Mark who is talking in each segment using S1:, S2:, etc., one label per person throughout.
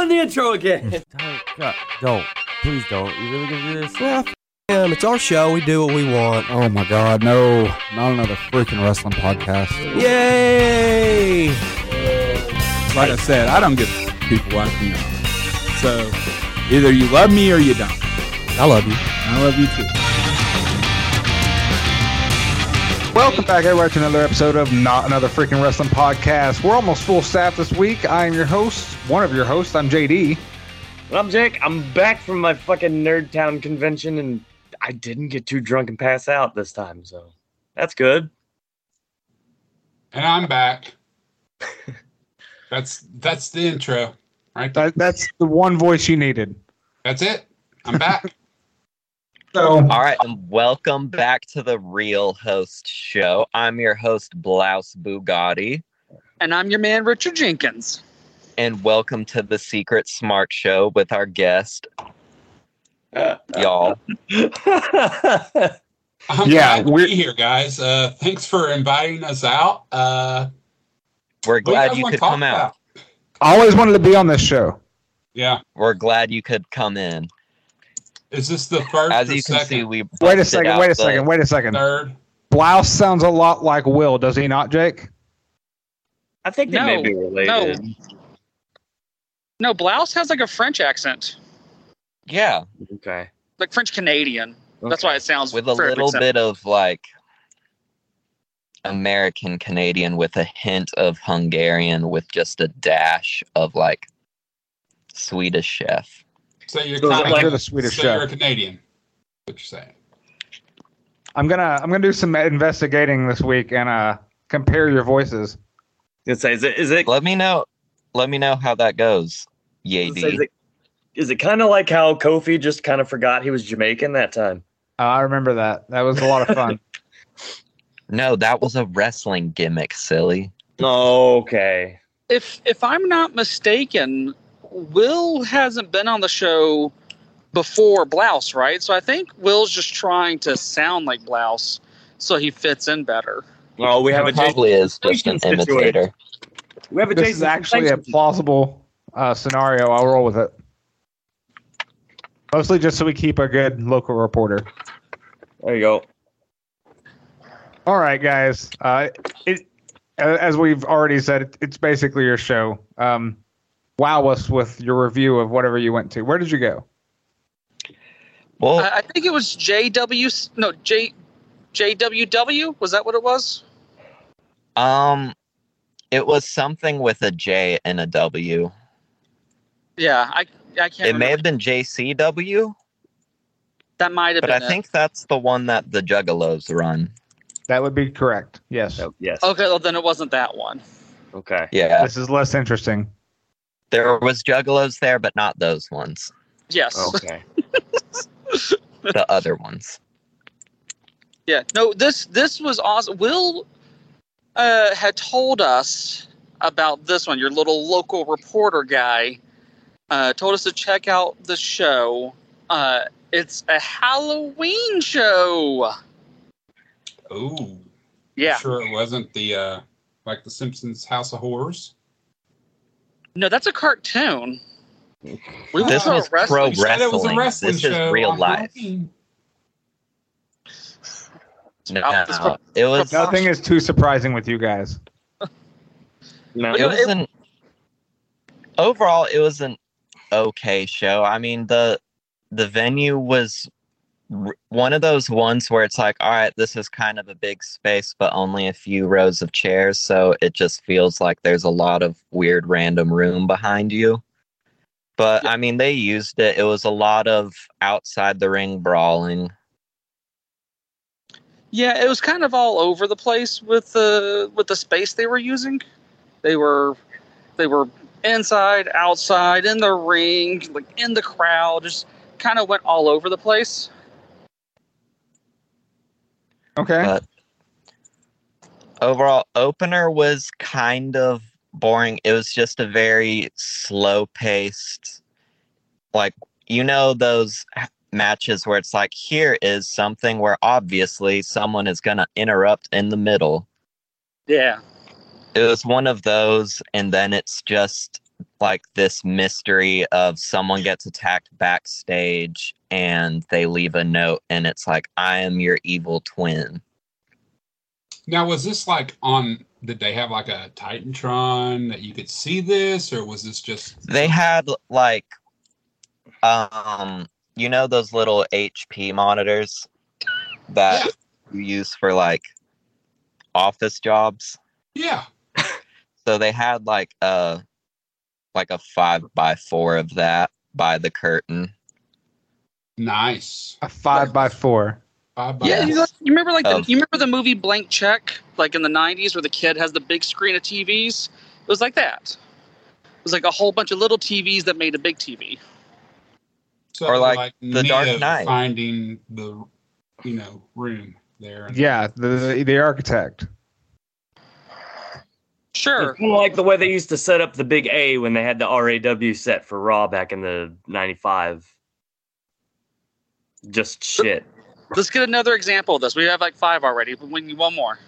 S1: the intro again.
S2: Don't, God, don't. Please don't. You really gonna do this?
S3: Yeah, f- him. It's our show. We do what we want.
S4: Oh my God, no! Not another freaking wrestling podcast.
S3: Yay!
S4: Like I said, I don't give a f- people like me. So either you love me or you don't.
S3: I love you.
S4: I love you too. Welcome back, everyone, to another episode of Not Another Freaking Wrestling Podcast. We're almost full staff this week. I am your host, one of your hosts. I'm JD.
S1: I'm Jake. I'm back from my fucking Nerd Town convention, and I didn't get too drunk and pass out this time, so that's good.
S5: And I'm back. that's that's the intro, right?
S4: That, that's the one voice you needed.
S5: That's it. I'm back.
S4: So
S6: All right, and welcome back to the Real Host Show. I'm your host, Blouse Bugatti,
S7: And I'm your man, Richard Jenkins.
S6: and welcome to the Secret Smart Show with our guest,
S5: Uh,
S6: y'all.
S5: I'm
S4: Yeah,
S5: glad to
S4: we're-
S5: be here, guys. Uh, thanks for inviting us out. Uh,
S6: We're
S5: what do
S6: glad
S5: guys
S6: you
S5: wanna
S6: could
S5: talk
S6: come out.
S5: about?
S4: I always wanted to be on this show.
S5: Yeah.
S6: We're glad you could come in.
S5: Is this the first
S6: As
S5: or
S6: you can
S5: second,
S6: see, we
S4: Wait a
S6: busted
S4: second.
S6: out
S4: Wait a
S6: the-
S4: second. Wait a second.
S5: third?
S4: Blouse sounds a lot like Will, does he not, Jake?
S1: I think they may
S7: No,
S1: be related.
S7: No, Blouse has like a French accent,
S6: Yeah,
S1: Okay.
S7: like French Canadian. That's why it sounds
S6: with a
S7: very
S6: little
S7: acceptable.
S6: bit of like American Canadian with a hint of Hungarian with just a dash of like Swedish chef.
S5: So you're
S1: So is
S5: kind
S1: it
S5: of
S1: like-
S4: You're the Swedish
S5: so
S4: chef.
S5: you're Canadian. What you're saying?
S4: I'm gonna I'm gonna do some investigating this week and uh compare your voices.
S1: It says it is it
S6: let me know let me know how that goes
S1: it says
S6: yad
S1: it- is it kind of like how Kofi just kind of forgot he was Jamaican that time?
S4: Uh, I remember that. That was a lot of fun.
S6: no that was a wrestling gimmick silly
S1: Okay.
S7: If if I'm not mistaken, Will hasn't been on the show before Blouse, right? So I think Will's just trying to sound like Blouse so he fits in better.
S1: Oh, we have a
S6: it
S1: Jason.
S6: probably is just an
S1: situation.
S6: imitator
S1: We have a
S4: this
S1: Jason
S4: is actually a
S1: Statham.
S4: plausible uh, scenario. I'll roll with it. Mostly just so we keep a good local reporter.
S1: There you go.
S4: All right, guys. Uh, it, a- as we've already said, it, it's basically your show. Um, wow us with your review of whatever you went to. Where did you go?
S6: well
S7: I, I think it was JW no J JWW was that what it was?
S1: Uh,
S6: um it was something with a j and a w
S7: Yeah, I I
S6: it
S7: can't.
S6: may
S7: remember.
S6: have been jcw
S7: that might have
S6: but
S7: been.
S6: i
S7: it.
S6: think that's the one that the juggalos run
S4: That would be correct. Yes.
S1: Oh, yes.
S7: Okay, well then it wasn't that one.
S1: Okay.
S6: yeah
S4: This is less interesting.
S6: there was juggalos there but not those ones
S7: Yes.
S1: Okay.
S6: the other ones
S7: Yeah. No, this this was awesome. Will uh, had told us about this one. Your little local reporter guy uh, told us to check out the show. Uh, it's a Halloween show.
S5: Ooh.
S7: Yeah.
S5: Sure, it wasn't the uh, like the Simpsons House of Horrors.
S7: No, that's a cartoon. We
S6: this
S7: were
S6: was pro
S5: You said it was a
S6: Oh, wrestling,
S5: wrestling
S6: this is
S5: show
S6: real
S5: on
S6: life
S5: Halloween.
S6: no,
S7: Oh, it's pro-
S6: it was
S4: Nothing is too surprising with you guys.
S1: No.
S6: it was an overall it was an okay show i mean the the venue was r- one of those ones where it's like all right this is kind of a big space but only a few rows of chairs so it just feels like there's a lot of weird random room behind you but i mean they used it it was a lot of outside the ring brawling
S7: Yeah, it was kind of all over the place with the with the space they were using. They were they were inside, outside, in the ring, like in the crowd, just kind of went all over the place.
S4: Okay.
S6: But overall, opener was kind of boring. It was just a very slow paced, like, you know, those h- matches where it's like, here is something where obviously someone is going to interrupt in the middle.
S7: Yeah.
S6: It was one of those, and then it's just like this mystery of someone gets attacked backstage and they leave a note and it's like I am your evil twin.
S5: Now, was this like on? Did they have like a Titantron that you could see this, or was this just?
S6: They had like um you know those little HP monitors that you use for like office jobs?
S5: Yeah.
S6: So they had like a like a 5 by 4 of that by the curtain.
S5: Nice.
S4: A five by four.
S5: Five by
S7: Yeah,
S5: four.
S7: you, like- you remember like the,
S6: Of-
S7: you remember the movie Blank Check, like in the '90s, where the kid has the big screen of TVs. It was like that. It was like a whole bunch of little TVs that made a big TV.
S5: So,
S6: Or like The Dark
S5: Neo
S6: Knight.
S5: finding the, you know, room there. and-
S4: Yeah, the the, the architect.
S7: Sure.
S1: It's kinda like the way they used to set up the big A when they had the RAW set for Raw back in the 95. Just shit.
S7: Let's get another example of this. We have like five already, but we need one more.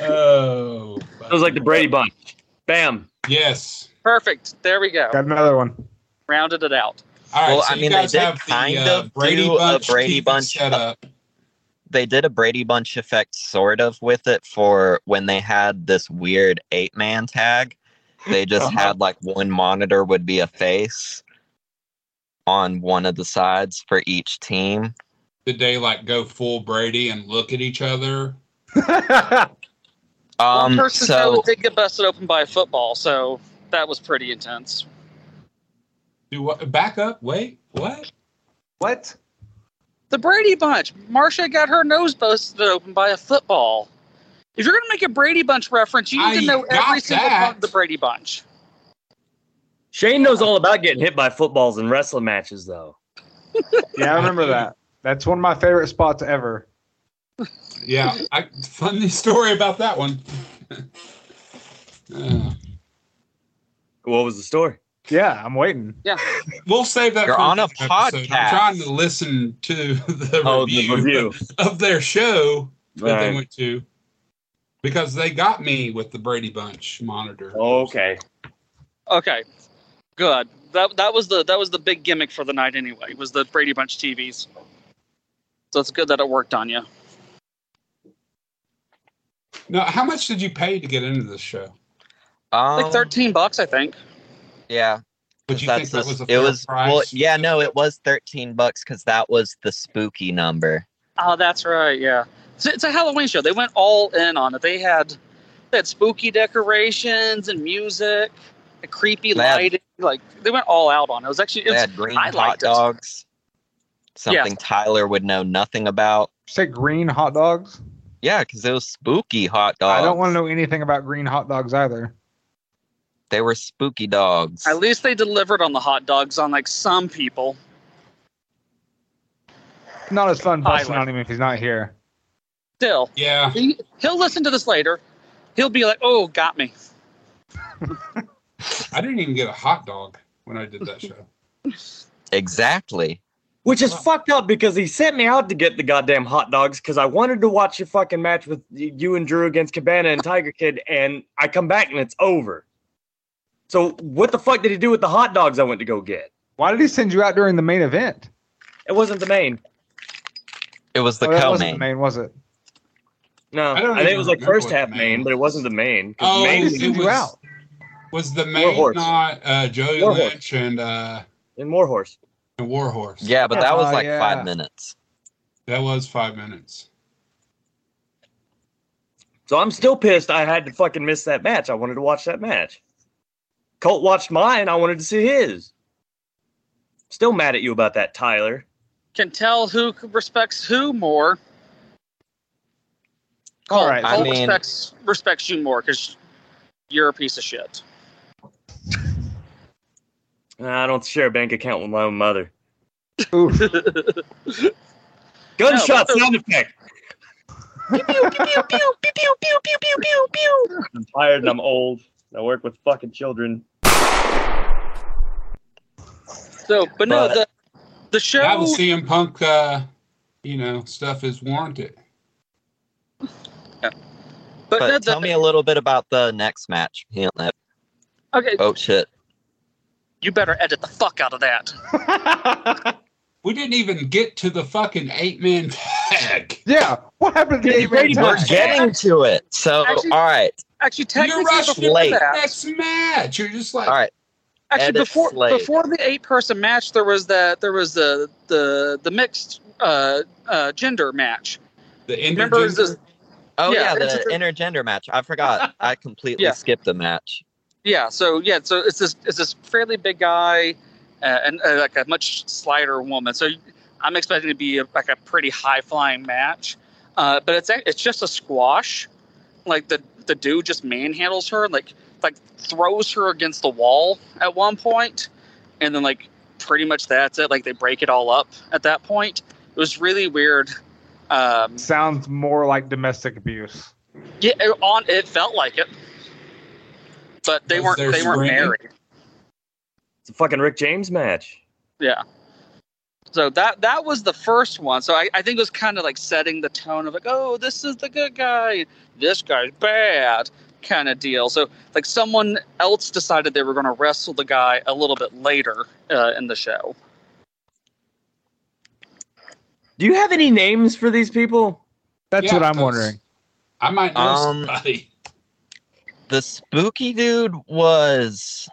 S5: Oh.
S1: It was like the Brady Bunch. Bam.
S5: Yes.
S7: Perfect. There we go.
S4: Got another one.
S7: Rounded it out.
S5: All right,
S6: Well,
S5: so
S6: I
S5: you
S6: mean, they
S5: guys
S6: did
S5: have the,
S6: kind
S5: uh,
S6: of do a Brady
S5: TV
S6: Bunch-
S5: setup.
S6: they did a Brady Bunch effect sort of with it for when they had this weird eight man tag. They just
S5: Uh-huh.
S6: had like one monitor would be a face on one of the sides for each team.
S5: Did they like go full Brady and look at each other?
S7: one
S6: Um,
S7: person's head
S6: so
S7: was- did get busted open by a football, so that was pretty intense.
S5: Do what? Back up. Wait. What?
S4: what?
S7: The Brady Bunch. Marcia got her nose busted open by a football. If you're gonna make a Brady Bunch reference, you need
S5: I
S7: to know
S5: got
S7: every single
S5: that.
S7: part of the Brady Bunch.
S1: Shane knows all about getting hit by footballs in wrestling matches, though.
S4: Yeah, I remember that. That's one of my favorite spots ever.
S5: Yeah. I, funny story about that one. Uh,
S1: What was the story?
S4: Yeah, I'm waiting.
S5: we'll save that.
S6: You're
S5: for
S6: on a
S5: another episode.
S6: podcast.
S5: I'm trying to listen to Oh, the,
S1: Oh,
S5: review, of their show that they
S1: Right.
S5: went to because they got me with the Brady Bunch monitor.
S1: Okay.
S7: Okay. Good. That that was the that was the big gimmick for the night anyway, was the Brady Bunch TVs. So it's good that it worked on you.
S5: Now, how much did you pay to get into this show?
S6: um,
S7: Like thirteen bucks, I think.
S6: yeah,
S5: Would you think
S6: that's
S5: that
S6: the-
S5: was a
S6: it
S5: fair
S6: was
S5: price?
S6: well, yeah, no, it was thirteen bucks because that was the spooky number.
S7: Oh, that's right. Yeah, it's, it's a Halloween show. They went all in on it. They had they had spooky decorations and music, and creepy
S6: They had-
S7: lighting. Like they went all out on it. It was actually it
S6: They
S7: was,
S6: had green
S7: I
S6: hot
S7: liked it.
S6: dogs, something Tyler would know nothing about.
S4: Say green hot dogs.
S6: Yeah, because it was spooky hot dogs.
S4: I don't want to know anything about green hot dogs either.
S6: They were spooky dogs.
S7: at least they delivered on the hot dogs on like some people.
S4: Not as fun busting
S7: like-
S4: on him if he's not here.
S7: Still,
S5: Yeah.
S7: he, he'll listen to this later. He'll be like, "Oh, got me."
S5: I didn't even get a hot dog when I did that show.
S6: Exactly.
S1: Which is fucked up because he sent me out to get the goddamn hot dogs because I wanted to watch your fucking match with y- you and Drew against Cabana and Tiger Kid, and I come back and it's over. So what the fuck did he do with the hot dogs I went to go get?
S4: Why did he send you out during the main event?
S1: It wasn't the main.
S6: It was the
S4: Oh, that
S6: co
S4: wasn't the
S6: main.
S4: main, was it?
S1: No,
S5: I
S1: I,
S5: don't
S1: think
S5: even
S1: it was like
S5: remember
S1: first
S5: what the
S1: half
S5: main
S1: main, but it wasn't the main. 'cause
S5: Oh,
S1: main
S4: Why did he
S1: was
S5: it
S4: send you
S5: was-
S4: out?
S5: Was the
S1: War
S5: main
S1: Horse.
S5: not uh, Joey
S1: War Horse.
S5: Lynch and uh,
S1: in Warhorse.
S5: and Warhorse?
S6: Yeah, but that was
S4: Oh,
S6: like
S4: yeah.
S6: five minutes.
S5: That was five minutes.
S1: So I'm still pissed I had to fucking miss that match. I wanted to watch that match. Colt watched mine. I wanted to see his. Still mad at you about that, Tyler.
S7: Can tell who respects who more.
S4: All right.
S6: I
S7: Cole
S6: mean-
S7: respects respects you more because you're a piece of shit.
S1: Nah, I don't share a bank account with my own mother.
S4: Oof.
S1: Gunshot
S7: No, but-
S1: sound effect. I'm tired and I'm old. I work with fucking children.
S7: So, but no,
S6: But-
S7: the the show.
S5: Now the CM Punk, uh, you know, stuff is warranted.
S7: But,
S6: But
S7: no, the-
S6: tell me a little bit about the next match. He don't have-
S7: okay,
S6: Oh shit!
S7: you better edit the fuck out of that.
S5: We didn't even get to the fucking eight man tag.
S4: yeah. What happened to
S1: Yeah,
S4: the eight man
S1: Brady
S6: We're
S1: Bunch.
S4: tag?
S6: getting to it. So
S7: Actually-
S6: all right,
S7: Actually,
S5: You're
S7: technically
S5: rushed
S7: before
S6: late.
S7: that,
S5: next match. You're just like,
S6: all right.
S7: actually
S6: Edit
S7: before
S6: Slade.
S7: before the eight person match, there was that there was the the the mixed uh, uh, gender match.
S5: the
S7: Remember
S5: intergender-
S7: this?
S6: Oh
S7: Yeah,
S6: yeah, the
S7: it's a-
S6: intergender match. I forgot. I completely
S7: Yeah.
S6: skipped the match.
S7: Yeah. So yeah. So it's this it's this fairly big guy, uh, and uh, like a much slighter woman. So I'm expecting to be a, like a pretty high flying match, uh, but it's act- it's just a squash. Like the the dude just manhandles her, like like throws her against the wall at one point, and then like pretty much that's it. Like they break it all up at that point. It was really weird. Um,
S4: Sounds more like domestic abuse.
S7: yeah, it- on it felt like it, but they
S5: Was
S7: weren't
S5: there
S7: they weren't
S5: screaming?
S7: married.
S1: It's a fucking Rick James match.
S7: Yeah. So that that was the first one. So I, I think it was kind of like setting the tone of like, oh, this is the good guy, this guy's bad kind of deal. So like someone else decided they were going to wrestle the guy a little bit later uh, in the show.
S1: Do you have any names for these people?
S4: That's
S5: Yeah,
S4: what I'm
S5: that's-
S4: wondering.
S5: I might know
S6: Um,
S5: somebody.
S6: The spooky dude was.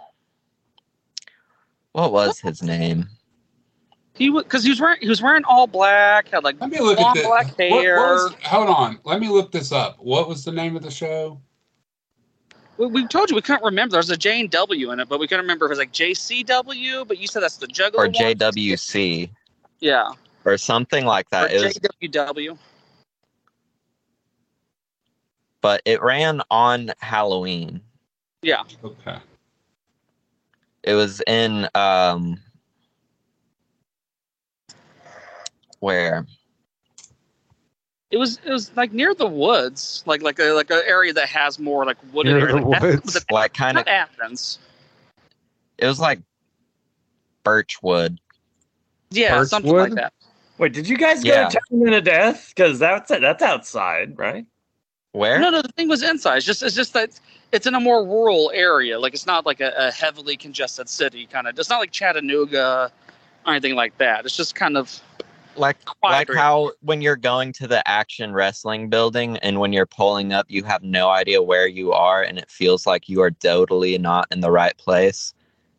S6: What was his name?
S7: He because he was wearing he was wearing all black, had like
S5: Let me look
S7: long
S5: at this.
S7: black
S5: What- what
S7: hair.
S5: was- hold on. Let me look this up. What was the name of the show?
S7: we, we told you we couldn't remember. There was a J and W in it, but we couldn't remember if it was like JCW. But you said that's the Juggalo
S6: Or
S7: one.
S6: JWC
S7: Yeah,
S6: or something like that.
S7: or
S6: Uh, It was,
S7: JWW.
S6: but it ran on Halloween.
S5: Okay.
S6: It was in um where
S7: It was it was like near the woods, like like a, like an area that has more like wooded
S4: Near
S7: area,
S4: the
S7: like Ath-
S4: woods.
S7: was it
S6: like
S7: Ath-
S6: kind of
S7: not Athens.
S6: it was like birchwood.
S7: Yeah, something like
S4: Birchwood?
S7: that.
S1: Wait, did you guys
S6: Yeah.
S1: go to Town and a Death? Because that's that's outside, right?
S6: Where?
S7: No, no, the thing was inside. It's just it's just that it's in a more rural area. Like it's not like a, a heavily congested city kind of. It's not like Chattanooga or anything like that. It's just kind of
S6: like like
S7: quieter.
S6: how when you're going to the action wrestling building and when you're pulling up you have no idea where you are and it feels like you are totally not in the right place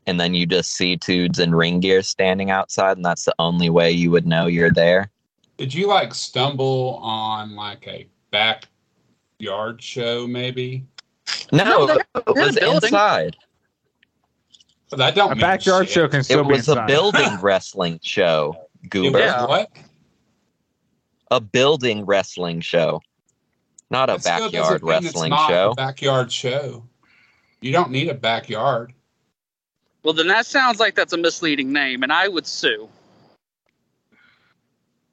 S6: and then you just see dudes in ring gear standing outside and that's the only way you would know you're there
S5: Did you like stumble on like a backyard show maybe?
S6: no,
S7: No, they
S6: it was
S7: a building.
S6: inside
S5: But I don't
S4: A
S5: mean
S4: backyard
S5: shit.
S4: show can still
S6: it
S4: be
S6: was a
S4: inside.
S6: building wrestling show
S5: It
S6: goober
S5: was
S7: Yeah.
S5: what?
S6: a building wrestling show not a
S5: That still doesn't
S6: backyard
S5: mean it's
S6: wrestling
S5: not
S6: show
S5: A backyard show. You don't need a backyard.
S7: well. Then that sounds like that's a misleading name, and I would sue.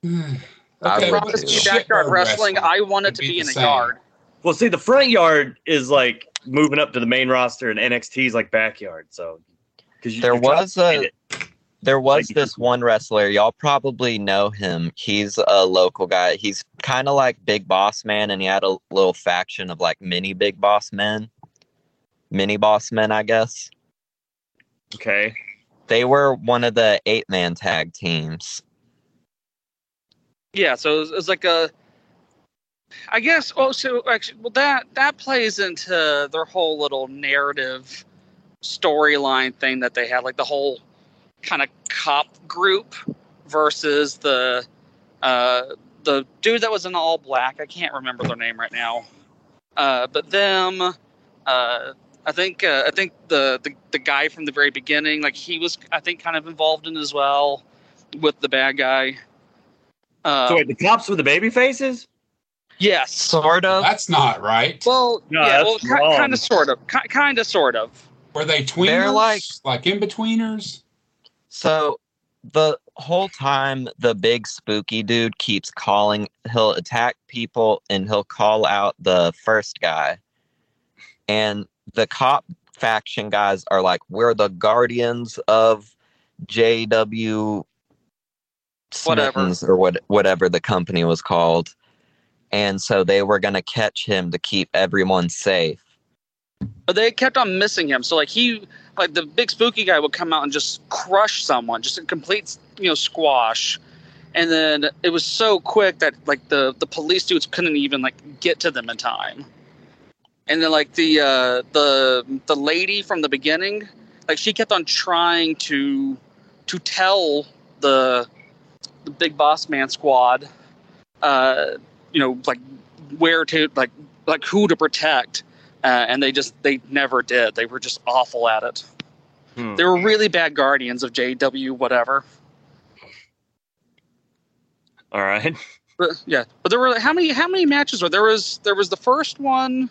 S5: okay,
S6: I would
S5: what
S7: Promise
S6: too.
S7: you,
S5: is
S7: backyard
S5: shitbird
S7: wrestling. I want it
S5: would
S7: to
S5: be
S7: be
S5: the
S7: in a
S5: same.
S7: yard.
S1: Well, see, the front yard is like moving up to the main roster, and NXT's like backyard. So, because
S6: There was a
S1: it.
S6: there was
S1: Like-
S6: this one wrestler. Y'all probably know him. He's a local guy. He's kind of like Big Boss Man, and he had a little faction of like mini Big Boss Men, mini Boss Men, I guess.
S1: okay.
S6: They were one of the eight man tag teams.
S7: Yeah, so it's, it's like a. I guess. Oh, so actually, well, that that plays into their whole little narrative storyline thing that they had, like the whole kind of cop group versus the uh, the dude that was in all black. I can't remember their name right now, uh, but them. Uh, I think uh, I think the, the the guy from the very beginning, like he was, I think, kind of involved in as well with the bad guy. Uh,
S1: So wait, the cops with the baby faces?
S7: Yes.
S6: Sort of.
S5: That's not right.
S7: Well,
S1: No, that's
S7: yeah, well, ki-
S1: wrong.
S7: kind of, sort of, ki- kind of, sort of.
S5: Were they tweeners?
S6: They're like-
S5: like in betweeners?
S6: So the whole time, the big spooky dude keeps calling. He'll attack people and he'll call out the first guy. And the cop faction guys are like, we're the guardians of JW
S7: Whatever.
S6: Smittens or what, whatever the company was called. and so they were gonna catch him to keep everyone safe.
S7: But they kept on missing him. So like he, like the big spooky guy would come out and just crush someone, just a complete you know squash. And then it was so quick that like the the police dudes couldn't even like get to them in time. And then like the uh, the the lady from the beginning, like she kept on trying to to tell the the big boss man squad, uh, you know, like where to like like who to protect uh, and they just they never did. They were just awful at it.
S1: Hmm.
S7: They were really bad guardians of JW whatever.
S1: All right.
S7: But yeah, but there were how many how many matches were there was there was the first one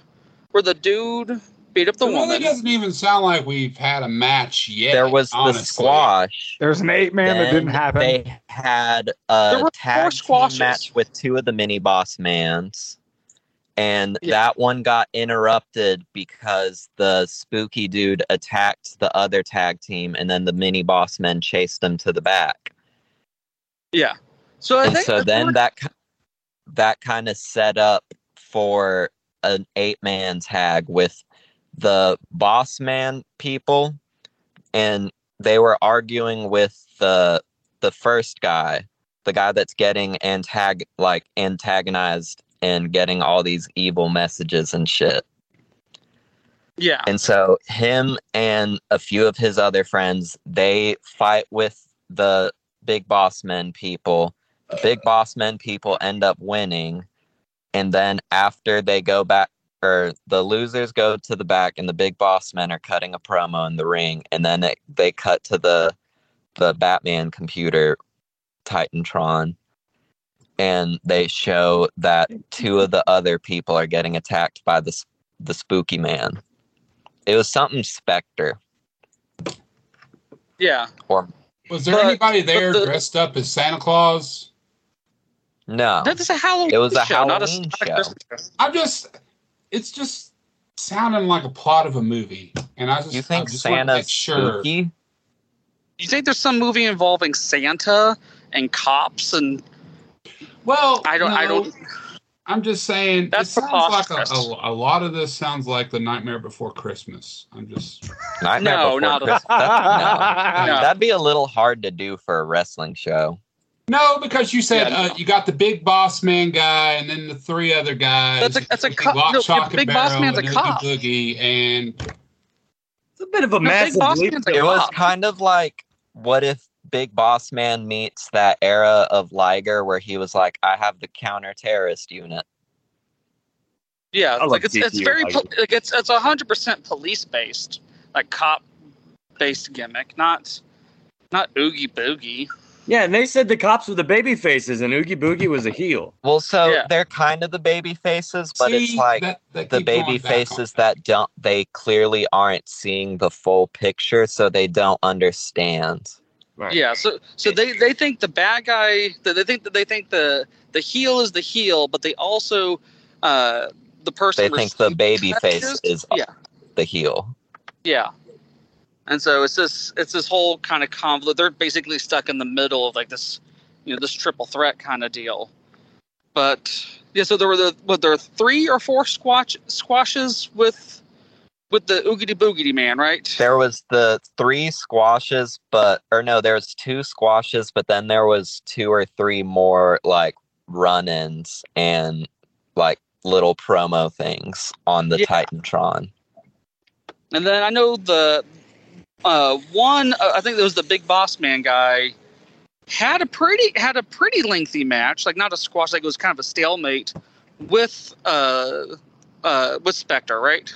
S7: where the dude beat up the
S5: it really
S7: woman.
S5: doesn't even sound like we've had a match yet.
S6: there was
S5: honestly.
S6: the squash.
S4: There's an eight man that
S6: Then
S4: didn't happen.
S6: They had
S7: There
S6: a
S7: were four
S6: tag
S7: squashes.
S6: team match with two of the mini boss mans, and
S7: Yeah.
S6: that one got interrupted because the spooky dude attacked the other tag team, and then the mini boss men chased them to the back.
S7: Yeah. So I
S6: and
S7: think
S6: so
S7: the
S6: then
S7: first-
S6: that ki- that kind of set up for an eight man tag with the boss man people and they were arguing with the the first guy the guy that's getting antag like antagonized and getting all these evil messages and shit
S7: yeah.
S6: and so him and a few of his other friends, they fight with the big boss men people. The big boss men people end up winning. And then after they go back or the losers go to the back and the big boss men are cutting a promo in the ring and then it, they cut to the the Batman computer Titantron and they show that two of the other people are getting attacked by the s- the spooky man it was something Spectre
S7: Yeah.
S6: or
S5: Was there
S7: But-
S5: anybody there
S7: the-
S5: dressed up as Santa Claus?
S6: no.
S7: That is a Halloween
S6: Oh. It was a
S7: show, not a,
S6: Halloween
S7: not a
S6: show.
S7: Christmas.
S5: I'm just, it's just sounding like a plot of a movie, and I just
S6: You think
S5: I just wanna make
S6: Santa's
S5: sure.
S6: spooky?
S7: You think there's some movie involving Santa and cops and
S5: Well,
S7: I don't- I
S5: no,
S7: don't-
S5: I'm just saying.
S7: That's
S5: it sounds like a,
S7: preposterous.
S5: a, a lot of this sounds like the Nightmare Before Christmas. I'm just.
S6: Nightmare
S7: No,
S6: Before
S7: not at
S6: Christmas. That's- no.
S7: No.
S6: That'd be a little hard to do for a wrestling show.
S5: No, because you said
S7: Yeah,
S5: uh, you got the big boss man guy, and then the three other guys.
S7: That's a- that's a
S5: Big
S7: cop-
S5: Lock,
S7: no,
S5: Shock,
S7: yeah, Big
S5: and
S7: Boss
S5: Barrel,
S7: Man's a
S5: and Oogie
S7: cop.
S5: Boogie, and
S1: It's a bit of a
S7: No, Big
S1: massive
S7: Boss
S1: leap.
S7: Man's a
S6: It was
S7: cop.
S6: kind of like what if Big Boss Man meets that era of Liger where he was like, I have the counter terrorist unit.
S7: Yeah,
S1: love
S7: like it's it's
S1: DQ,
S7: very
S1: like-
S7: pol- like it's it's hundred percent police based, like cop based gimmick, not not oogie boogie.
S1: Yeah, and they said the cops were the baby faces and Oogie Boogie was a heel.
S6: Well, so
S7: Yeah.
S6: they're kind of the baby faces, but it's
S5: See,
S6: like
S5: that- that
S6: the
S5: keep going
S6: baby
S5: back on
S6: faces that don't they clearly aren't seeing the full picture, so they don't understand.
S1: Right.
S7: Yeah, so so they they think the bad guy, that they think that they think the the heel is the heel, but they also uh the person
S6: they think the
S7: receiving
S6: baby face
S7: touches-
S6: is
S7: yeah
S6: the heel.
S7: yeah, and so it's this it's this whole kind of convoluted. They're basically stuck in the middle of like this you know this triple threat kind of deal, but yeah. So there were the what there were three or four squash squashes with with the oogity boogity man, right?
S6: There was the three squashes, but or no, there was two squashes, but then there was two or three more like run-ins and like little promo things on the
S7: Yeah.
S6: Titantron.
S7: And then I know the uh, one. Uh, I think it was the big boss man guy had a pretty had a pretty lengthy match, like not a squash, like it was kind of a stalemate with uh, uh, with Spectre, right?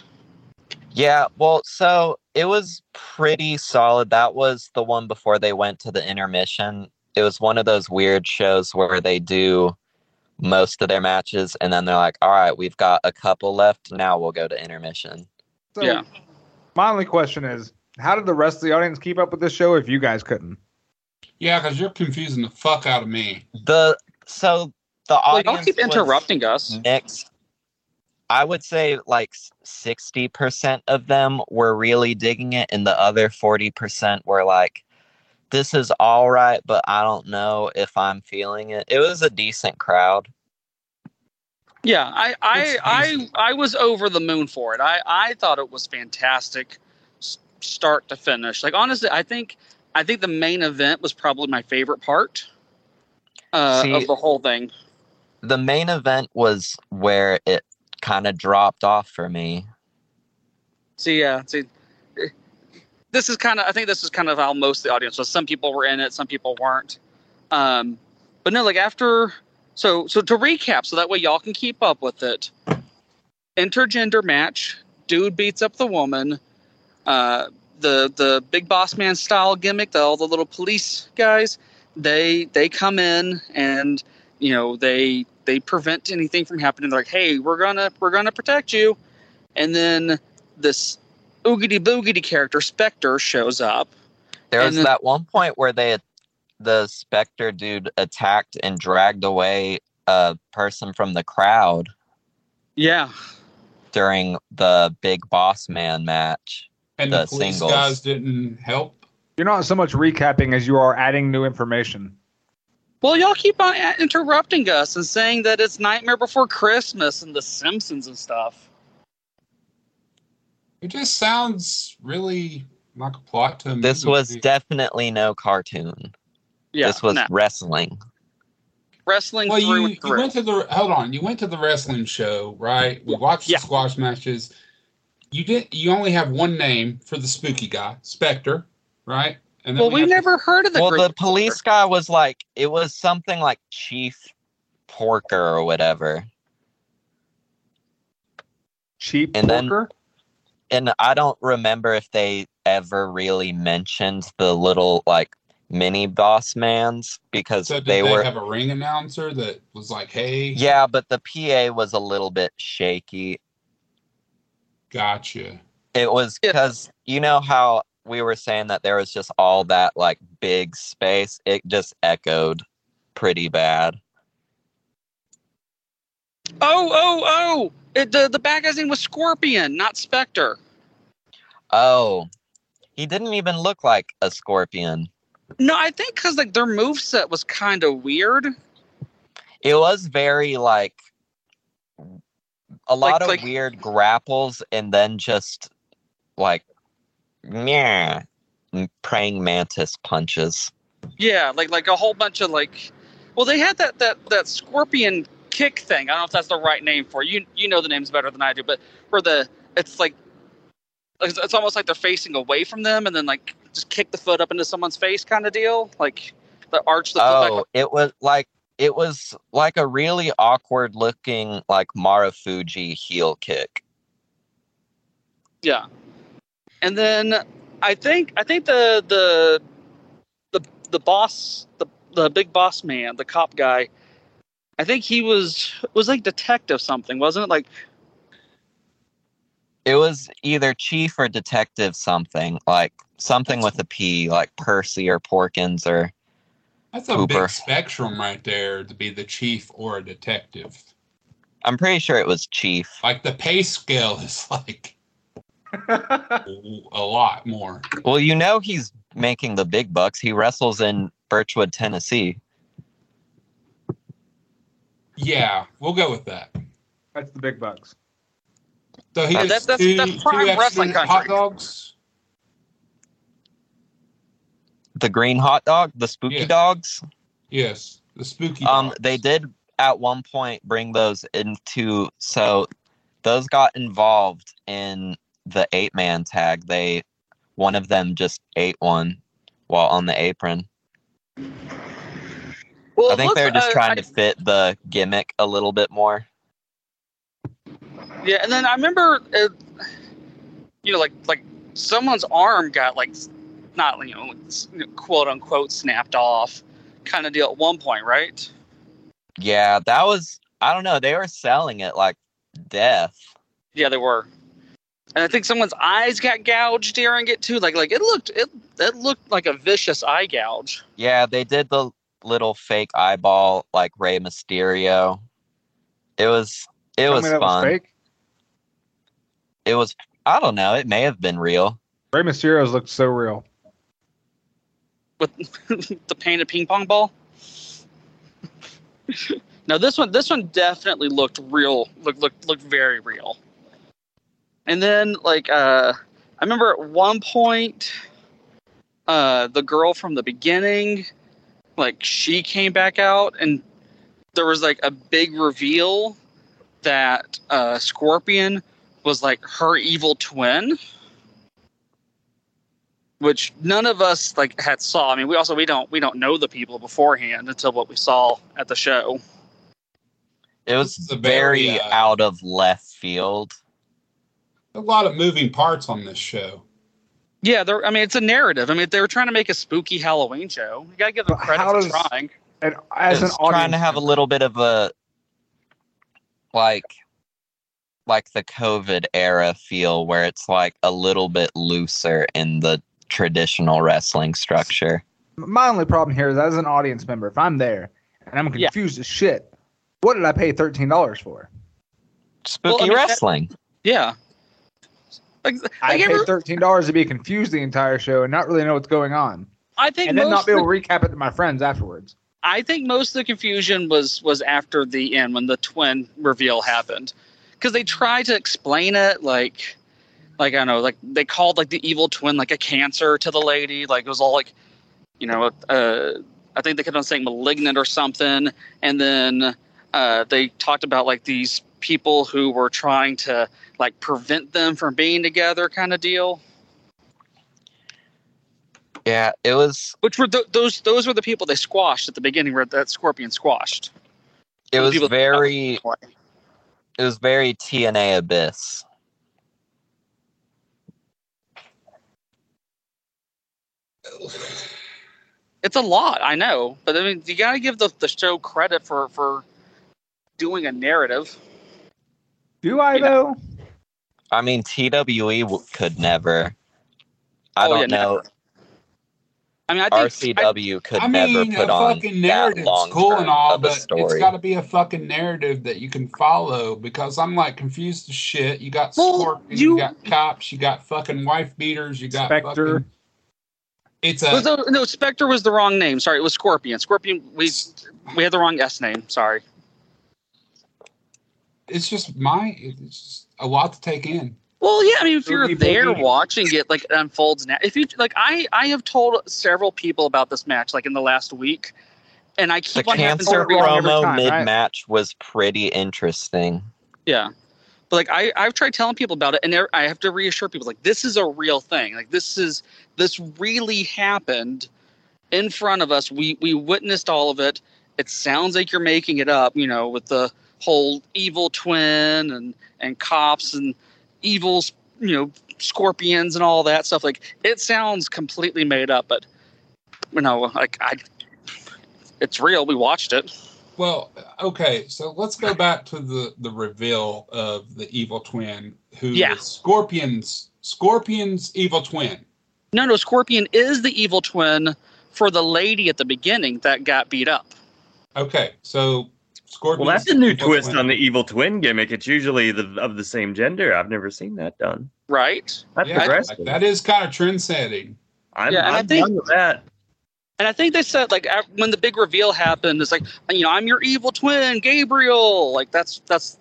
S6: Yeah, well, so it was pretty solid. That was the one before they went to the intermission. It was one of those weird shows where they do most of their matches and then they're like, all right, we've got a couple left. Now we'll go to intermission.
S4: So,
S7: Yeah.
S4: My only question is, how did the rest of the audience keep up with this show if you guys couldn't?
S5: Yeah, because you're confusing the fuck out of me.
S6: The so the
S7: Well,
S6: audience
S7: y'all keep
S6: was Mm-hmm.
S7: interrupting us.
S6: mixed. I would say like 60% of them were really digging it, and the other 40% were like, this is all right, but I don't know if I'm feeling it. It was a decent crowd.
S7: Yeah, I I,
S1: It's
S7: I I was over the moon for it. I I thought it was fantastic, s- start to finish. Like honestly, I think I think the main event was probably my favorite part uh,
S6: See-
S7: of the whole thing.
S6: The main event was where it kind of dropped off for me.
S7: See, yeah, see, this is kind of I think this is kind of how most of the audience was. Some people were in it, some people weren't. Um, but no, like after so so to recap, so that way y'all can keep up with it. Intergender match, dude beats up the woman. Uh, the the big boss man style gimmick, the, all the little police guys, they they come in and you know they they prevent anything from happening. They're like, hey, we're gonna we're gonna protect you, and then this oogity boogity character Spectre shows up.
S6: There
S7: And
S6: was
S7: then-
S6: that one point where they, the Spectre dude attacked and dragged away a person from the crowd
S7: Yeah,
S6: during the big boss man match.
S5: And
S6: The
S5: the, police
S6: singles.
S5: guys didn't help.
S4: You're not so much recapping as you are adding new information.
S7: Well, y'all keep on a- interrupting us and saying that it's Nightmare Before Christmas and The Simpsons and stuff.
S5: It just sounds really like a plot to me.
S6: This was definitely no cartoon.
S7: Yeah,
S6: this was
S7: nah.
S6: wrestling.
S7: wrestling
S5: well.
S7: through
S5: You,
S7: and
S5: you
S7: through.
S5: went to the hold on. You went to the wrestling show, right? We watched
S7: Yeah.
S5: the squash matches. You did. You only have one name for the spooky guy, Spectre, right? And then
S7: well, we
S5: have-
S7: never heard of the
S6: well,
S7: group
S6: the
S7: before.
S6: police guy was like, it was something like Chief Porker or whatever.
S4: Cheap
S6: And then-
S4: porker?
S6: And I don't remember if they ever really mentioned the little like mini boss mans because
S5: So did
S6: they,
S5: they,
S6: were.
S5: have a ring announcer that was like, "Hey,
S6: yeah, but the PA was a little bit shaky.
S5: gotcha."
S6: It was
S7: Yeah.
S6: because you know how we were saying that there was just all that like big space. It just echoed pretty bad.
S7: Oh, oh, oh! It, the the bad guy's name was Scorpion, not Spectre.
S6: Oh, he didn't even look like a scorpion.
S7: No, I think because like their moveset was kind of weird.
S6: It was very like a lot of
S7: like-
S6: weird grapples and then just like yeah, praying mantis punches.
S7: Yeah, like like a whole bunch of like. Well, they had that that that scorpion kick thing. I don't know if that's the right name for it. you. You know the names better than I do, but where the it's like it's, it's almost like they're facing away from them, and then like just kick the foot up into someone's face kind of deal, like the arch the foot back
S6: Oh,
S7: up.
S6: it was like it was like a really awkward looking like Marufuji heel kick.
S7: Yeah, and then I think I think the the the the boss the the big boss man the cop guy. I think he was was like detective something, wasn't it? Like
S6: It was either chief or detective something, like something with a P, like Percy or Porkins or
S5: That's a
S6: Hooper.
S5: big spectrum right there to be the chief or a detective.
S6: I'm pretty sure it was chief.
S5: Like the pay scale is like a lot more.
S6: Well, you know he's making the big bucks. He wrestles in Birchwood, Tennessee.
S5: Yeah, we'll go with that.
S4: That's the big bucks.
S5: So he
S6: Yeah,
S5: gets
S7: that's- that's-
S5: two,
S7: that's
S5: two
S7: prime
S5: extra
S7: wrestling
S5: hot
S7: country.
S5: dogs.
S6: The green hot dog, the spooky
S5: Yeah.
S6: dogs.
S5: Yes, the spooky.
S6: Um,
S5: dogs.
S6: they did at one point bring those into so those got involved in the eight man tag. They one of them just ate one while on the apron.
S7: well,
S6: I
S7: it
S6: think
S7: looks-
S6: they're just
S7: uh,
S6: trying
S7: I-
S6: to fit the gimmick a little bit more.
S7: Yeah, and then I remember, uh, you know, like like someone's arm got like s- not you know s- quote unquote snapped off, kind of deal at one point, right?
S6: Yeah, that was I don't know, they were selling it like death.
S7: Yeah, they were. And I think someone's eyes got gouged during it too. Like like it looked it it looked like a vicious eye gouge.
S6: Yeah, they did the little fake eyeball like Rey Mysterio. It was it
S4: Tell
S6: was
S4: me that was
S6: fun.
S4: fake.
S6: It was I don't know, it may have been real.
S4: Rey Mysterio's looked so real.
S7: with the painted ping pong ball. No, this one this one definitely looked real. Looked looked looked very real. And then like uh I remember at one point uh the girl from the beginning like she came back out and there was like a big reveal that uh Scorpion was like her evil twin which none of us like had saw. I mean, we also we don't we don't know the people beforehand until what we saw at the show.
S6: It was
S5: This is a
S6: very
S5: very, uh,
S6: out of left field.
S5: A lot of moving parts on this show.
S7: Yeah, they're, I mean, it's a narrative. I mean, they were trying to make a spooky Halloween show. You gotta give them
S4: But
S7: credit
S4: how
S7: for
S4: does-
S7: trying.
S4: And as an
S6: It's
S4: audience,
S6: trying to have a little bit of a like like the COVID era feel where it's like a little bit looser in the traditional wrestling structure.
S4: my only problem here is as an audience member, if I'm there and I'm
S7: Yeah.
S4: confused as shit, what did I pay thirteen dollars for?
S6: Spooky
S7: mean, that-
S6: wrestling.
S7: Yeah. Like,
S4: I
S7: like every-
S4: paid thirteen dollars to be confused the entire show and not really know what's going on,
S7: I think
S4: and then
S7: most
S4: not
S7: of
S4: be
S7: the-
S4: able to recap it to my friends afterwards.
S7: I think most of the confusion was was after the end when the twin reveal happened, because they tried to explain it like, like I don't know, like they called like the evil twin like a cancer to the lady, like it was all like, you know, uh, I think they kept on saying malignant or something, and then uh, they talked about like these people who were trying to like prevent them from being together, kind of deal.
S6: Yeah, it was
S7: Which were th- those those were the people they squashed at the beginning, where that scorpion squashed.
S6: it was
S7: People-
S6: very it was very TNA Abyss.
S7: it's a lot i know but i mean you gotta give the, the show credit for for doing a narrative
S4: Do I
S7: Yeah.
S4: though?
S6: I mean TWE w- could never. I
S7: Oh,
S6: don't
S7: yeah,
S6: know.
S7: never. i mean i think I-
S6: RCW could
S5: I
S6: never
S5: mean,
S6: put
S5: a
S6: on
S5: fucking
S6: that
S5: narrative's
S6: long
S5: cool and
S6: term
S5: all,
S6: of a
S5: but it's
S6: story.
S5: got to be a fucking narrative that you can follow. Because I'm like confused as shit. You got
S7: Well,
S5: scorpion, you,
S7: you-
S5: got cops, you got fucking wife beaters, you got
S4: Spectre.
S5: fucking. It's
S7: was
S5: a
S7: the, no spectre was the wrong name sorry it was scorpion scorpion we we had the wrong s name sorry
S5: it's just my it's just a lot to take in.
S7: well yeah i mean if you're
S4: people
S7: there
S4: meeting.
S7: watching it like it unfolds now if you like i i have told several people about this match like in the last week and i
S6: the
S7: keep on having to
S6: cancer
S4: every- every
S6: promo
S4: time, right?
S6: mid match was pretty interesting.
S7: Yeah. But like I, I've tried telling people about it, and they're- I have to reassure people like this is a real thing. Like this is this really happened in front of us. We we witnessed all of it. It sounds like you're making it up, you know, with the whole evil twin and and cops and evils, you know, scorpions and all that stuff. Like it sounds completely made up, but you know, like I, it's real. We watched it.
S5: Well, okay, so let's go back to the the reveal of the evil twin, who is
S7: Yeah.
S5: Scorpion's Scorpion's evil twin.
S7: No, no, Scorpion is the evil twin for the lady at the beginning that got beat up.
S5: Okay, so Scorpion.
S1: Well, that's a new twist on the evil twin gimmick. It's usually the of the same gender. I've never seen that done.
S7: Right.
S1: That's
S5: Yeah,
S1: progressive.
S5: that is kind of trend setting.
S1: I'm,
S7: Yeah, and I
S1: I'm
S7: think-
S1: done with that.
S7: And I think they said like at- when the big reveal happened, it's like you know I'm your evil twin, Gabriel. Like that's that's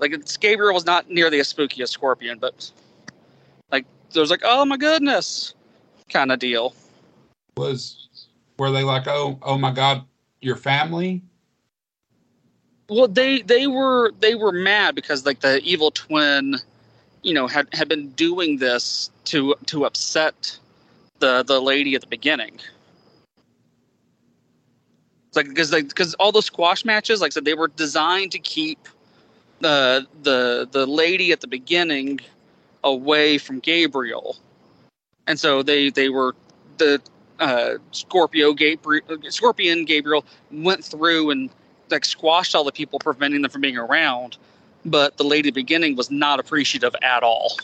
S7: like it's Gabriel was not nearly as spooky as Scorpion, but like there's like oh my goodness kind of deal.
S5: was were they like oh oh my god your family
S7: Well, they they were they were mad because like the evil twin, you know, had had been doing this to to upset the the lady at the beginning. It's Like because like because all those squash matches, like I said, they were designed to keep the the the lady at the beginning away from Gabriel, and so they they were the uh, Scorpio Gabriel Scorpion Gabriel went through and like squashed all the people preventing them from being around but the lady at the beginning was not appreciative at all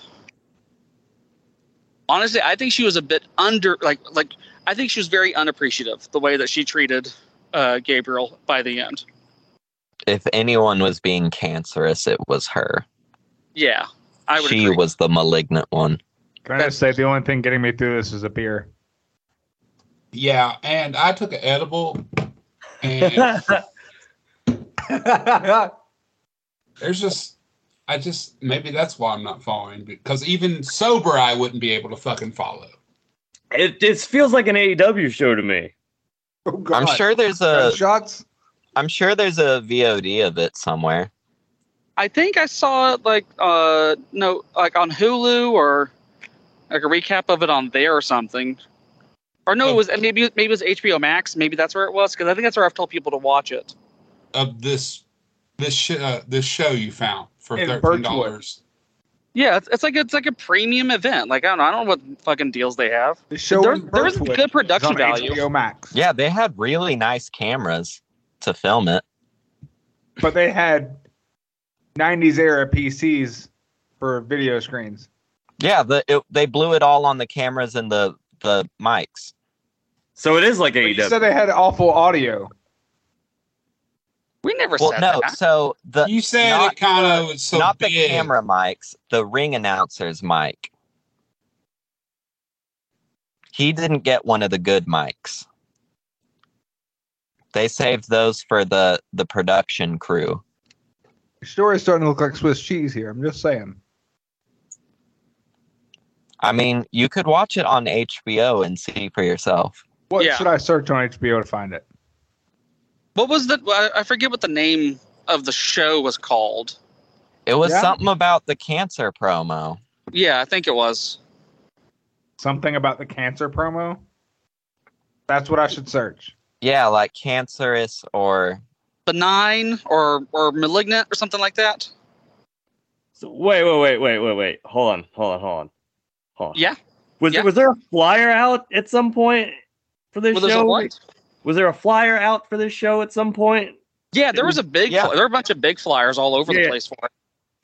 S7: honestly i think she was a bit under like like i think she was very unappreciative the way that she treated uh, gabriel by the end
S6: If anyone was being cancerous, it was her.
S7: yeah i would
S6: She
S7: agree.
S6: was the malignant one.
S4: Can I just say the only thing getting me through this is a beer.
S5: yeah and i took an edible and
S4: Oh,
S5: There's just, I just maybe that's why I'm not following because even sober I wouldn't be able to fucking follow.
S1: It, it feels like an AEW show to me.
S4: oh, God.
S6: I'm sure there's a
S4: Shots.
S6: I'm sure there's a VOD of it somewhere.
S7: I think I saw it like uh no like on Hulu or like a recap of it on there or something. Or
S6: Oh.
S7: no, it was maybe maybe it was HBO Max. Maybe that's where it was because I think that's where I've told people to watch it.
S5: Of this, this sh- uh, this show you found for
S4: And
S5: thirteen dollars.
S7: Yeah, it's, it's like it's like a premium event. Like I don't know, I don't know what fucking deals they have.
S4: The show
S7: There-
S4: in
S7: there was
S4: Birchwood
S7: good production
S4: on
S7: value.
S4: HBO Max.
S6: Yeah, they had really nice cameras to film it.
S4: But they had 90s era PCs for video screens.
S6: Yeah, the it, they blew it all on the cameras and the the mics.
S1: So it is like E
S4: But you
S1: AEW.
S4: said they had awful audio.
S7: We never
S6: Well,
S7: said
S6: no,
S7: that.
S6: so the
S5: you said
S6: not
S5: it kind of was so
S6: not
S5: big.
S6: the camera mics, the ring announcer's mic. He didn't get one of the good mics. They saved those for the the production crew.
S4: Your story's starting to look like Swiss cheese here. I'm just saying.
S6: I mean, you could watch it on HBO and see for yourself.
S4: What
S7: Yeah.
S4: should I search on HBO to find it?
S7: What was the? I- I forget what the name of the show was called.
S6: It was
S4: Yeah.
S6: something about the cancer promo.
S7: Yeah, I think it was.
S4: Something about the cancer promo? That's what I should search.
S6: Yeah, like cancerous or
S7: benign or or malignant or something like that.
S1: So, wait, wait, wait, wait, wait, wait. Hold on, hold on, hold on, hold on.
S7: Yeah.
S1: Was
S7: Yeah.
S1: was there a flyer out at some point for this
S7: Well, there's
S1: show?
S7: a what?
S1: Was there a flyer out for this show at some point?
S7: Yeah, there was a big.
S6: Yeah.
S7: fly- there were a bunch of big flyers all over
S1: Yeah.
S7: the place for it.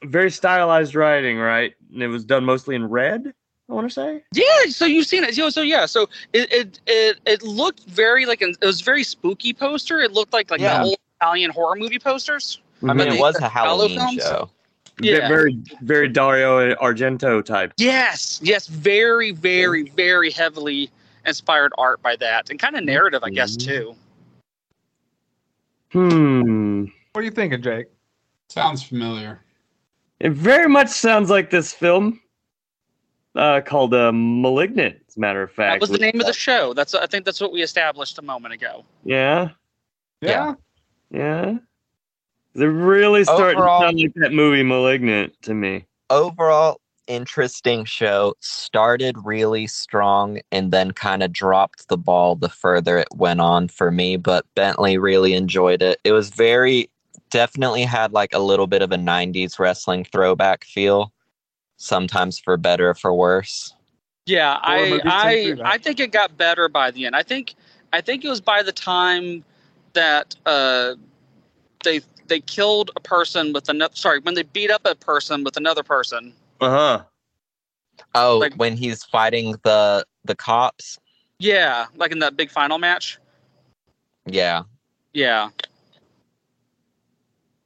S1: Very stylized writing, right? And it was done mostly in red. I want to say.
S7: Yeah, so you've seen it. So, so yeah, so it it it, it looked very like an, it was very spooky poster. It looked like like
S6: Yeah.
S7: the old Italian horror movie posters.
S6: I mean,
S7: Mhm.
S6: it was a
S7: Hollow
S6: Halloween
S7: films?
S6: show.
S1: Ve-
S7: Yeah.
S1: Very, very Dario Argento type.
S7: Yes, yes, very, very, very heavily inspired art by that, and kind of narrative, I guess,
S6: Mm-hmm.
S7: too.
S1: Hmm.
S4: What are you thinking, Jake?
S5: Sounds familiar.
S1: It very much sounds like this film uh, called uh, *Malignant*. As a matter of fact,
S7: That was the name of the show. That's I think that's what we established a moment ago.
S1: Yeah,
S6: Yeah.
S1: yeah. They're really starting
S6: Overall-
S1: to sound like that movie *Malignant* to me.
S6: Overall, interesting show. Started really strong and then kind of dropped the ball the further it went on for me. But Bentley really enjoyed it. It was very, definitely had like a little bit of a 90s wrestling throwback feel, sometimes for better or for worse.
S7: Yeah, I
S4: maybe
S7: I,
S4: something like
S7: I think it got better by the end. I think I think it was by the time that uh, they they killed a person with another. Sorry, when they beat up a person with another person.
S1: Uh huh.
S6: Oh,
S7: Like-
S6: when he's fighting the the cops.
S7: Yeah, like in that big final match.
S6: Yeah.
S7: Yeah,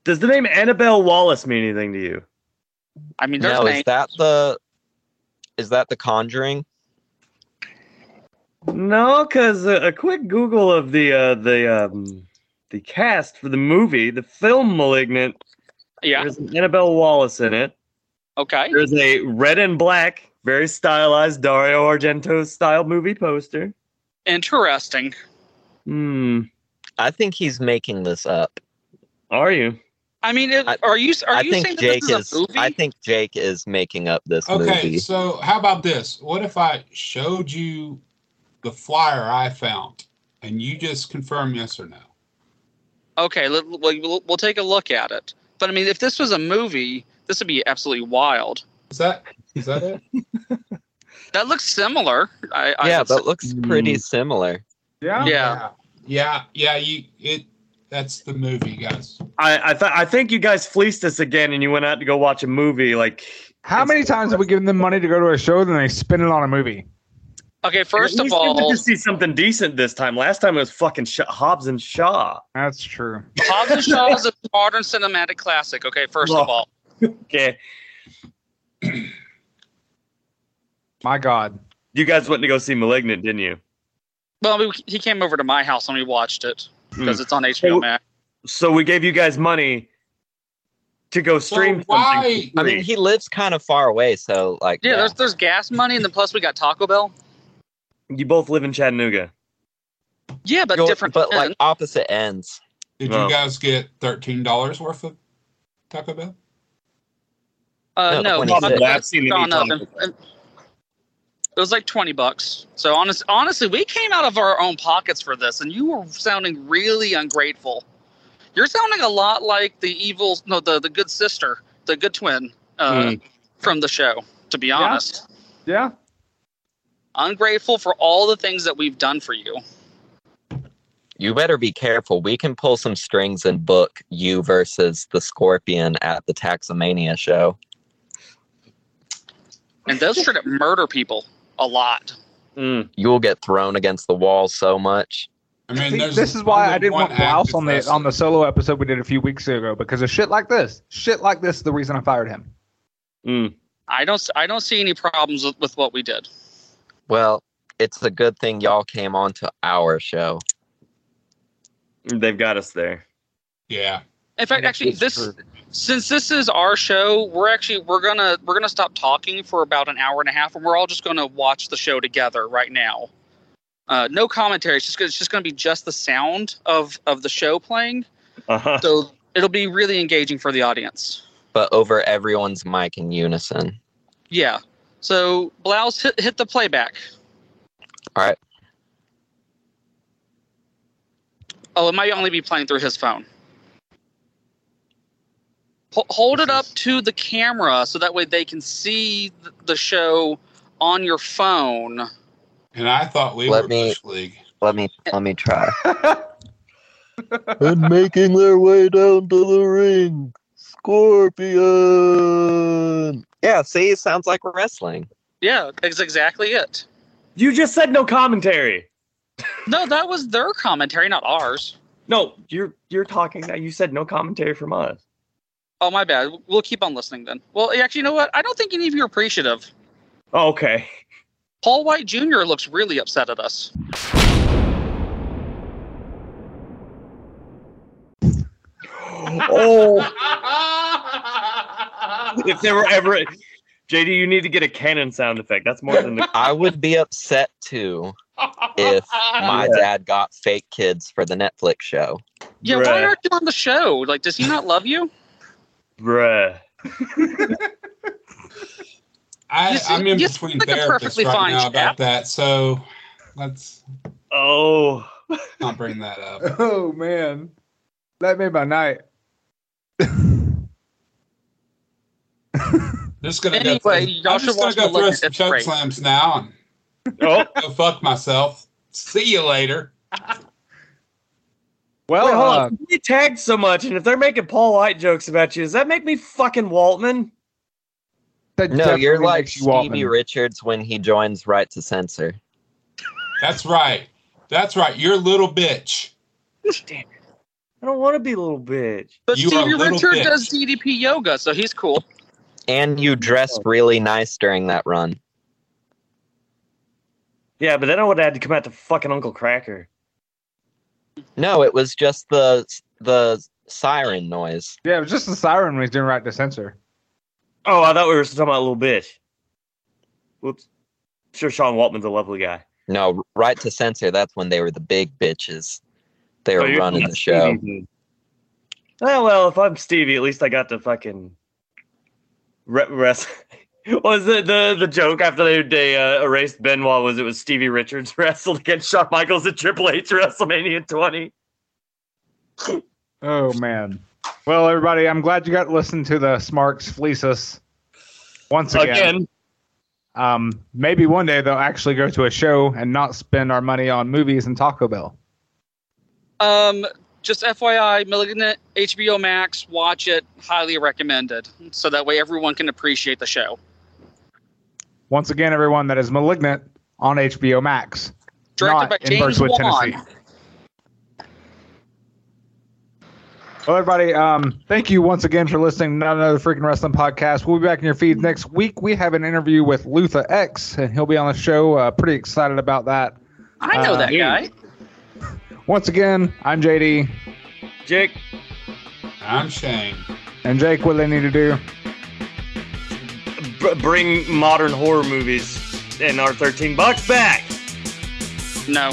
S1: Does the name Annabelle Wallace mean anything to you?
S7: I mean, there's
S6: No, is
S7: names.
S6: that the is that the Conjuring?
S1: No, because a, a quick Google of the uh, the um, the cast for the movie, the film *Malignant*.
S7: yeah,
S1: There's an Annabelle Wallace in it.
S7: okay.
S1: There's a red and black, very stylized Dario Argento style movie poster.
S7: Interesting.
S1: Hmm.
S6: I think he's making this up.
S1: Are you?
S7: I mean, it,
S6: I-
S7: are you are
S6: I
S7: you saying
S6: think Jake
S7: that this
S6: is,
S7: is, a movie?
S6: I think Jake is making up this
S5: Okay,
S6: movie.
S5: so how about this? What if I showed you the flyer I found and you just confirm yes or no?
S7: okay, let, we'll, we'll we'll take a look at it. But I mean, if this was a movie, this would be absolutely wild.
S5: Is that is that it?
S7: That looks similar. I, I
S6: yeah,
S7: would
S6: that looks pretty
S1: Mm.
S6: similar.
S4: Yeah.
S7: Yeah.
S5: Yeah, yeah, you it that's the movie, guys.
S1: I I, th- I think you guys fleeced us again, and you went out to go watch a movie. Like
S4: How many times have we given them money to go to a show, then they spend it on a movie?
S7: Okay, first
S1: at
S7: of
S1: least you get
S7: all,
S1: to see something decent this time. Last time it was fucking Sh- Hobbs and Shaw.
S4: That's true.
S7: Hobbs and Shaw is a modern cinematic classic. Okay, first of
S1: Well,
S7: all,
S1: Okay,
S4: My God.
S1: you guys went to go see *Malignant*, didn't you?
S6: Hmm.
S7: well, we, he came over to my house and we watched it because it's on
S1: Well,
S7: HBO Max.
S1: so we gave you guys money to go
S5: So
S1: stream something.
S5: why-
S1: for
S6: I mean,
S1: free.
S6: he lives kind of far away, so like,
S7: Yeah, there's there's gas money, and then plus we got Taco Bell.
S1: you both live in Chattanooga.
S7: Yeah, but
S6: Go-
S7: different.
S6: but like opposite ends.
S5: Did
S1: Well.
S6: Oh.
S5: you guys get thirteen dollars worth of Taco Bell?
S7: uh,
S6: no,
S7: no,
S6: 26.
S7: Taco Bell's
S1: I've seen it
S7: gone
S1: eat
S7: up.
S1: Taco
S7: And, and it was like twenty bucks. So honest, honestly, we came out of our own pockets for this, and you were sounding really ungrateful. You're sounding a lot like the evil, no, the the good sister, the good twin uh,
S1: Hmm.
S7: from the show. To be honest.
S4: Yeah.
S7: ungrateful for all the things that we've done for you.
S6: You better be careful. We can pull some strings and book you versus the Scorpion at the Taxomania show.
S7: And those straight up murder people a lot.
S1: Mm.
S6: You will get thrown against the wall so much.
S5: I mean,
S4: See,
S5: there's
S4: this is why
S5: only
S4: I didn't
S5: one
S4: want Blouse
S5: active
S4: on Um, the
S5: wrestler.
S4: on the solo episode we did a few weeks ago because of shit like this. Shit like this is the reason I fired him.
S1: Mm.
S7: I don't I don't see any problems with, with what we did.
S6: Well, it's a good thing y'all came on to our show.
S1: They've got us there.
S5: Yeah,
S7: In fact, actually this since this is our show, we're actually we're gonna we're gonna stop talking for about an hour and a half and we're all just gonna watch the show together right now. Uh, no commentary. It's just gonna, it's just gonna be just the sound of of the show playing.
S1: Uh-huh.
S7: So it'll be really engaging for the audience.
S6: but over everyone's mic in unison.
S7: Yeah. So Blouse hit, hit the playback.
S6: All right.
S7: Oh, it might only be playing through his phone. Ho- hold it up to the camera so that way they can see th- the show on your phone.
S5: and I thought we
S6: Let
S5: were
S6: me-
S5: Bush League.
S6: Let me let me try.
S8: and making their way down to the ring. Scorpion.
S6: Yeah, see, sounds like wrestling.
S7: Yeah, that's exactly it.
S1: You just said no commentary.
S7: No, that was their commentary, not ours.
S1: No, you're you're talking now. You said no commentary from us.
S7: Oh, my bad. We'll keep on listening then. Well, actually, you know what? I don't think any of you are appreciative.
S1: Oh, okay.
S7: Paul White Jr. looks really upset at us.
S1: oh.
S4: Oh,
S1: if there were ever JD, you need to get a cannon sound effect. That's more than the
S6: I would be upset too if my dad got fake kids for the Netflix show.
S7: Yeah, why
S1: Bruh.
S7: aren't you on the show? Like, does he not love you?
S1: bruh.
S5: I,
S7: You seem-
S5: I'm in
S7: you
S5: between
S7: seem like a
S5: therapists
S7: perfectly
S5: right
S7: fine
S5: now
S7: chap.
S5: about that, so let's
S1: Oh,
S5: not bring that up.
S4: oh man, that made my night.
S5: Just gonna go
S7: Anyway,
S5: through-
S7: y'all
S5: I'm
S7: should
S5: just gonna
S7: watch
S5: go
S7: the
S5: through
S7: look
S5: some
S7: at Drake.
S5: choke slams now
S1: oh,
S5: and go fuck myself. See you later.
S4: Well,
S1: Wait, hold
S4: uh,
S1: on. We tagged so much, and if they're making Paul White jokes about you, does that make me fucking Waltman?
S4: that
S6: No, you're
S4: definitely
S6: like
S4: makes you Waltman.
S6: Stevie Richards when he joins Right to Censor.
S5: That's right. That's right. You're a little bitch.
S1: I don't want to be a little bitch.
S7: But
S5: You are
S7: Stevie
S5: a little
S7: Richard
S5: bitch.
S7: does DDP yoga, so he's cool.
S6: And you dressed really nice during that run.
S1: Yeah, but then I would have had to come out to fucking Uncle Cracker.
S6: No, it was just the the siren noise.
S4: Yeah, it was just the siren when he's doing right to censor.
S1: Oh, I thought we were still talking about a little bitch. Whoops. Sure, Sean Waltman's a lovely guy.
S6: No, Right to Censor, that's when they were the big bitches. They
S1: Oh,
S6: were
S1: you're talking
S6: running the
S1: about
S6: show.
S1: Stevie, dude. Oh well, if I'm Stevie, at least I got to fucking re- rest. Was it the the joke after they, they uh, erased Benoit was it was Stevie Richards wrestled against Shawn Michaels at Triple H WrestleMania 20?
S4: Oh man. Well, everybody, I'm glad you got to listen to the Smarks fleece us once again.
S1: Again,
S4: Um, maybe one day they'll actually go to a show and not spend our money on movies and Taco Bell.
S7: Um, just FYI, Malignant HBO Max, watch it. Highly recommended. So that way everyone can appreciate the show.
S4: Once again, everyone, that is Malignant on HBO Max. Not
S7: Directed by
S4: in
S7: James
S4: Birchwood,
S7: Wan.
S4: Tennessee. Well, everybody, um, thank you once again for listening to Not Another Freaking Wrestling Podcast. We'll be back in your feeds next week. We have an interview with Lutha X, and he'll be on the show. Uh, pretty excited about that.
S7: I know
S4: Uh,
S7: that guy.
S4: Once again, I'm JD.
S1: Jake,
S5: I'm Shane.
S4: And Jake, what they need to do?
S1: br- bring modern horror movies and our 13 bucks back.
S7: No.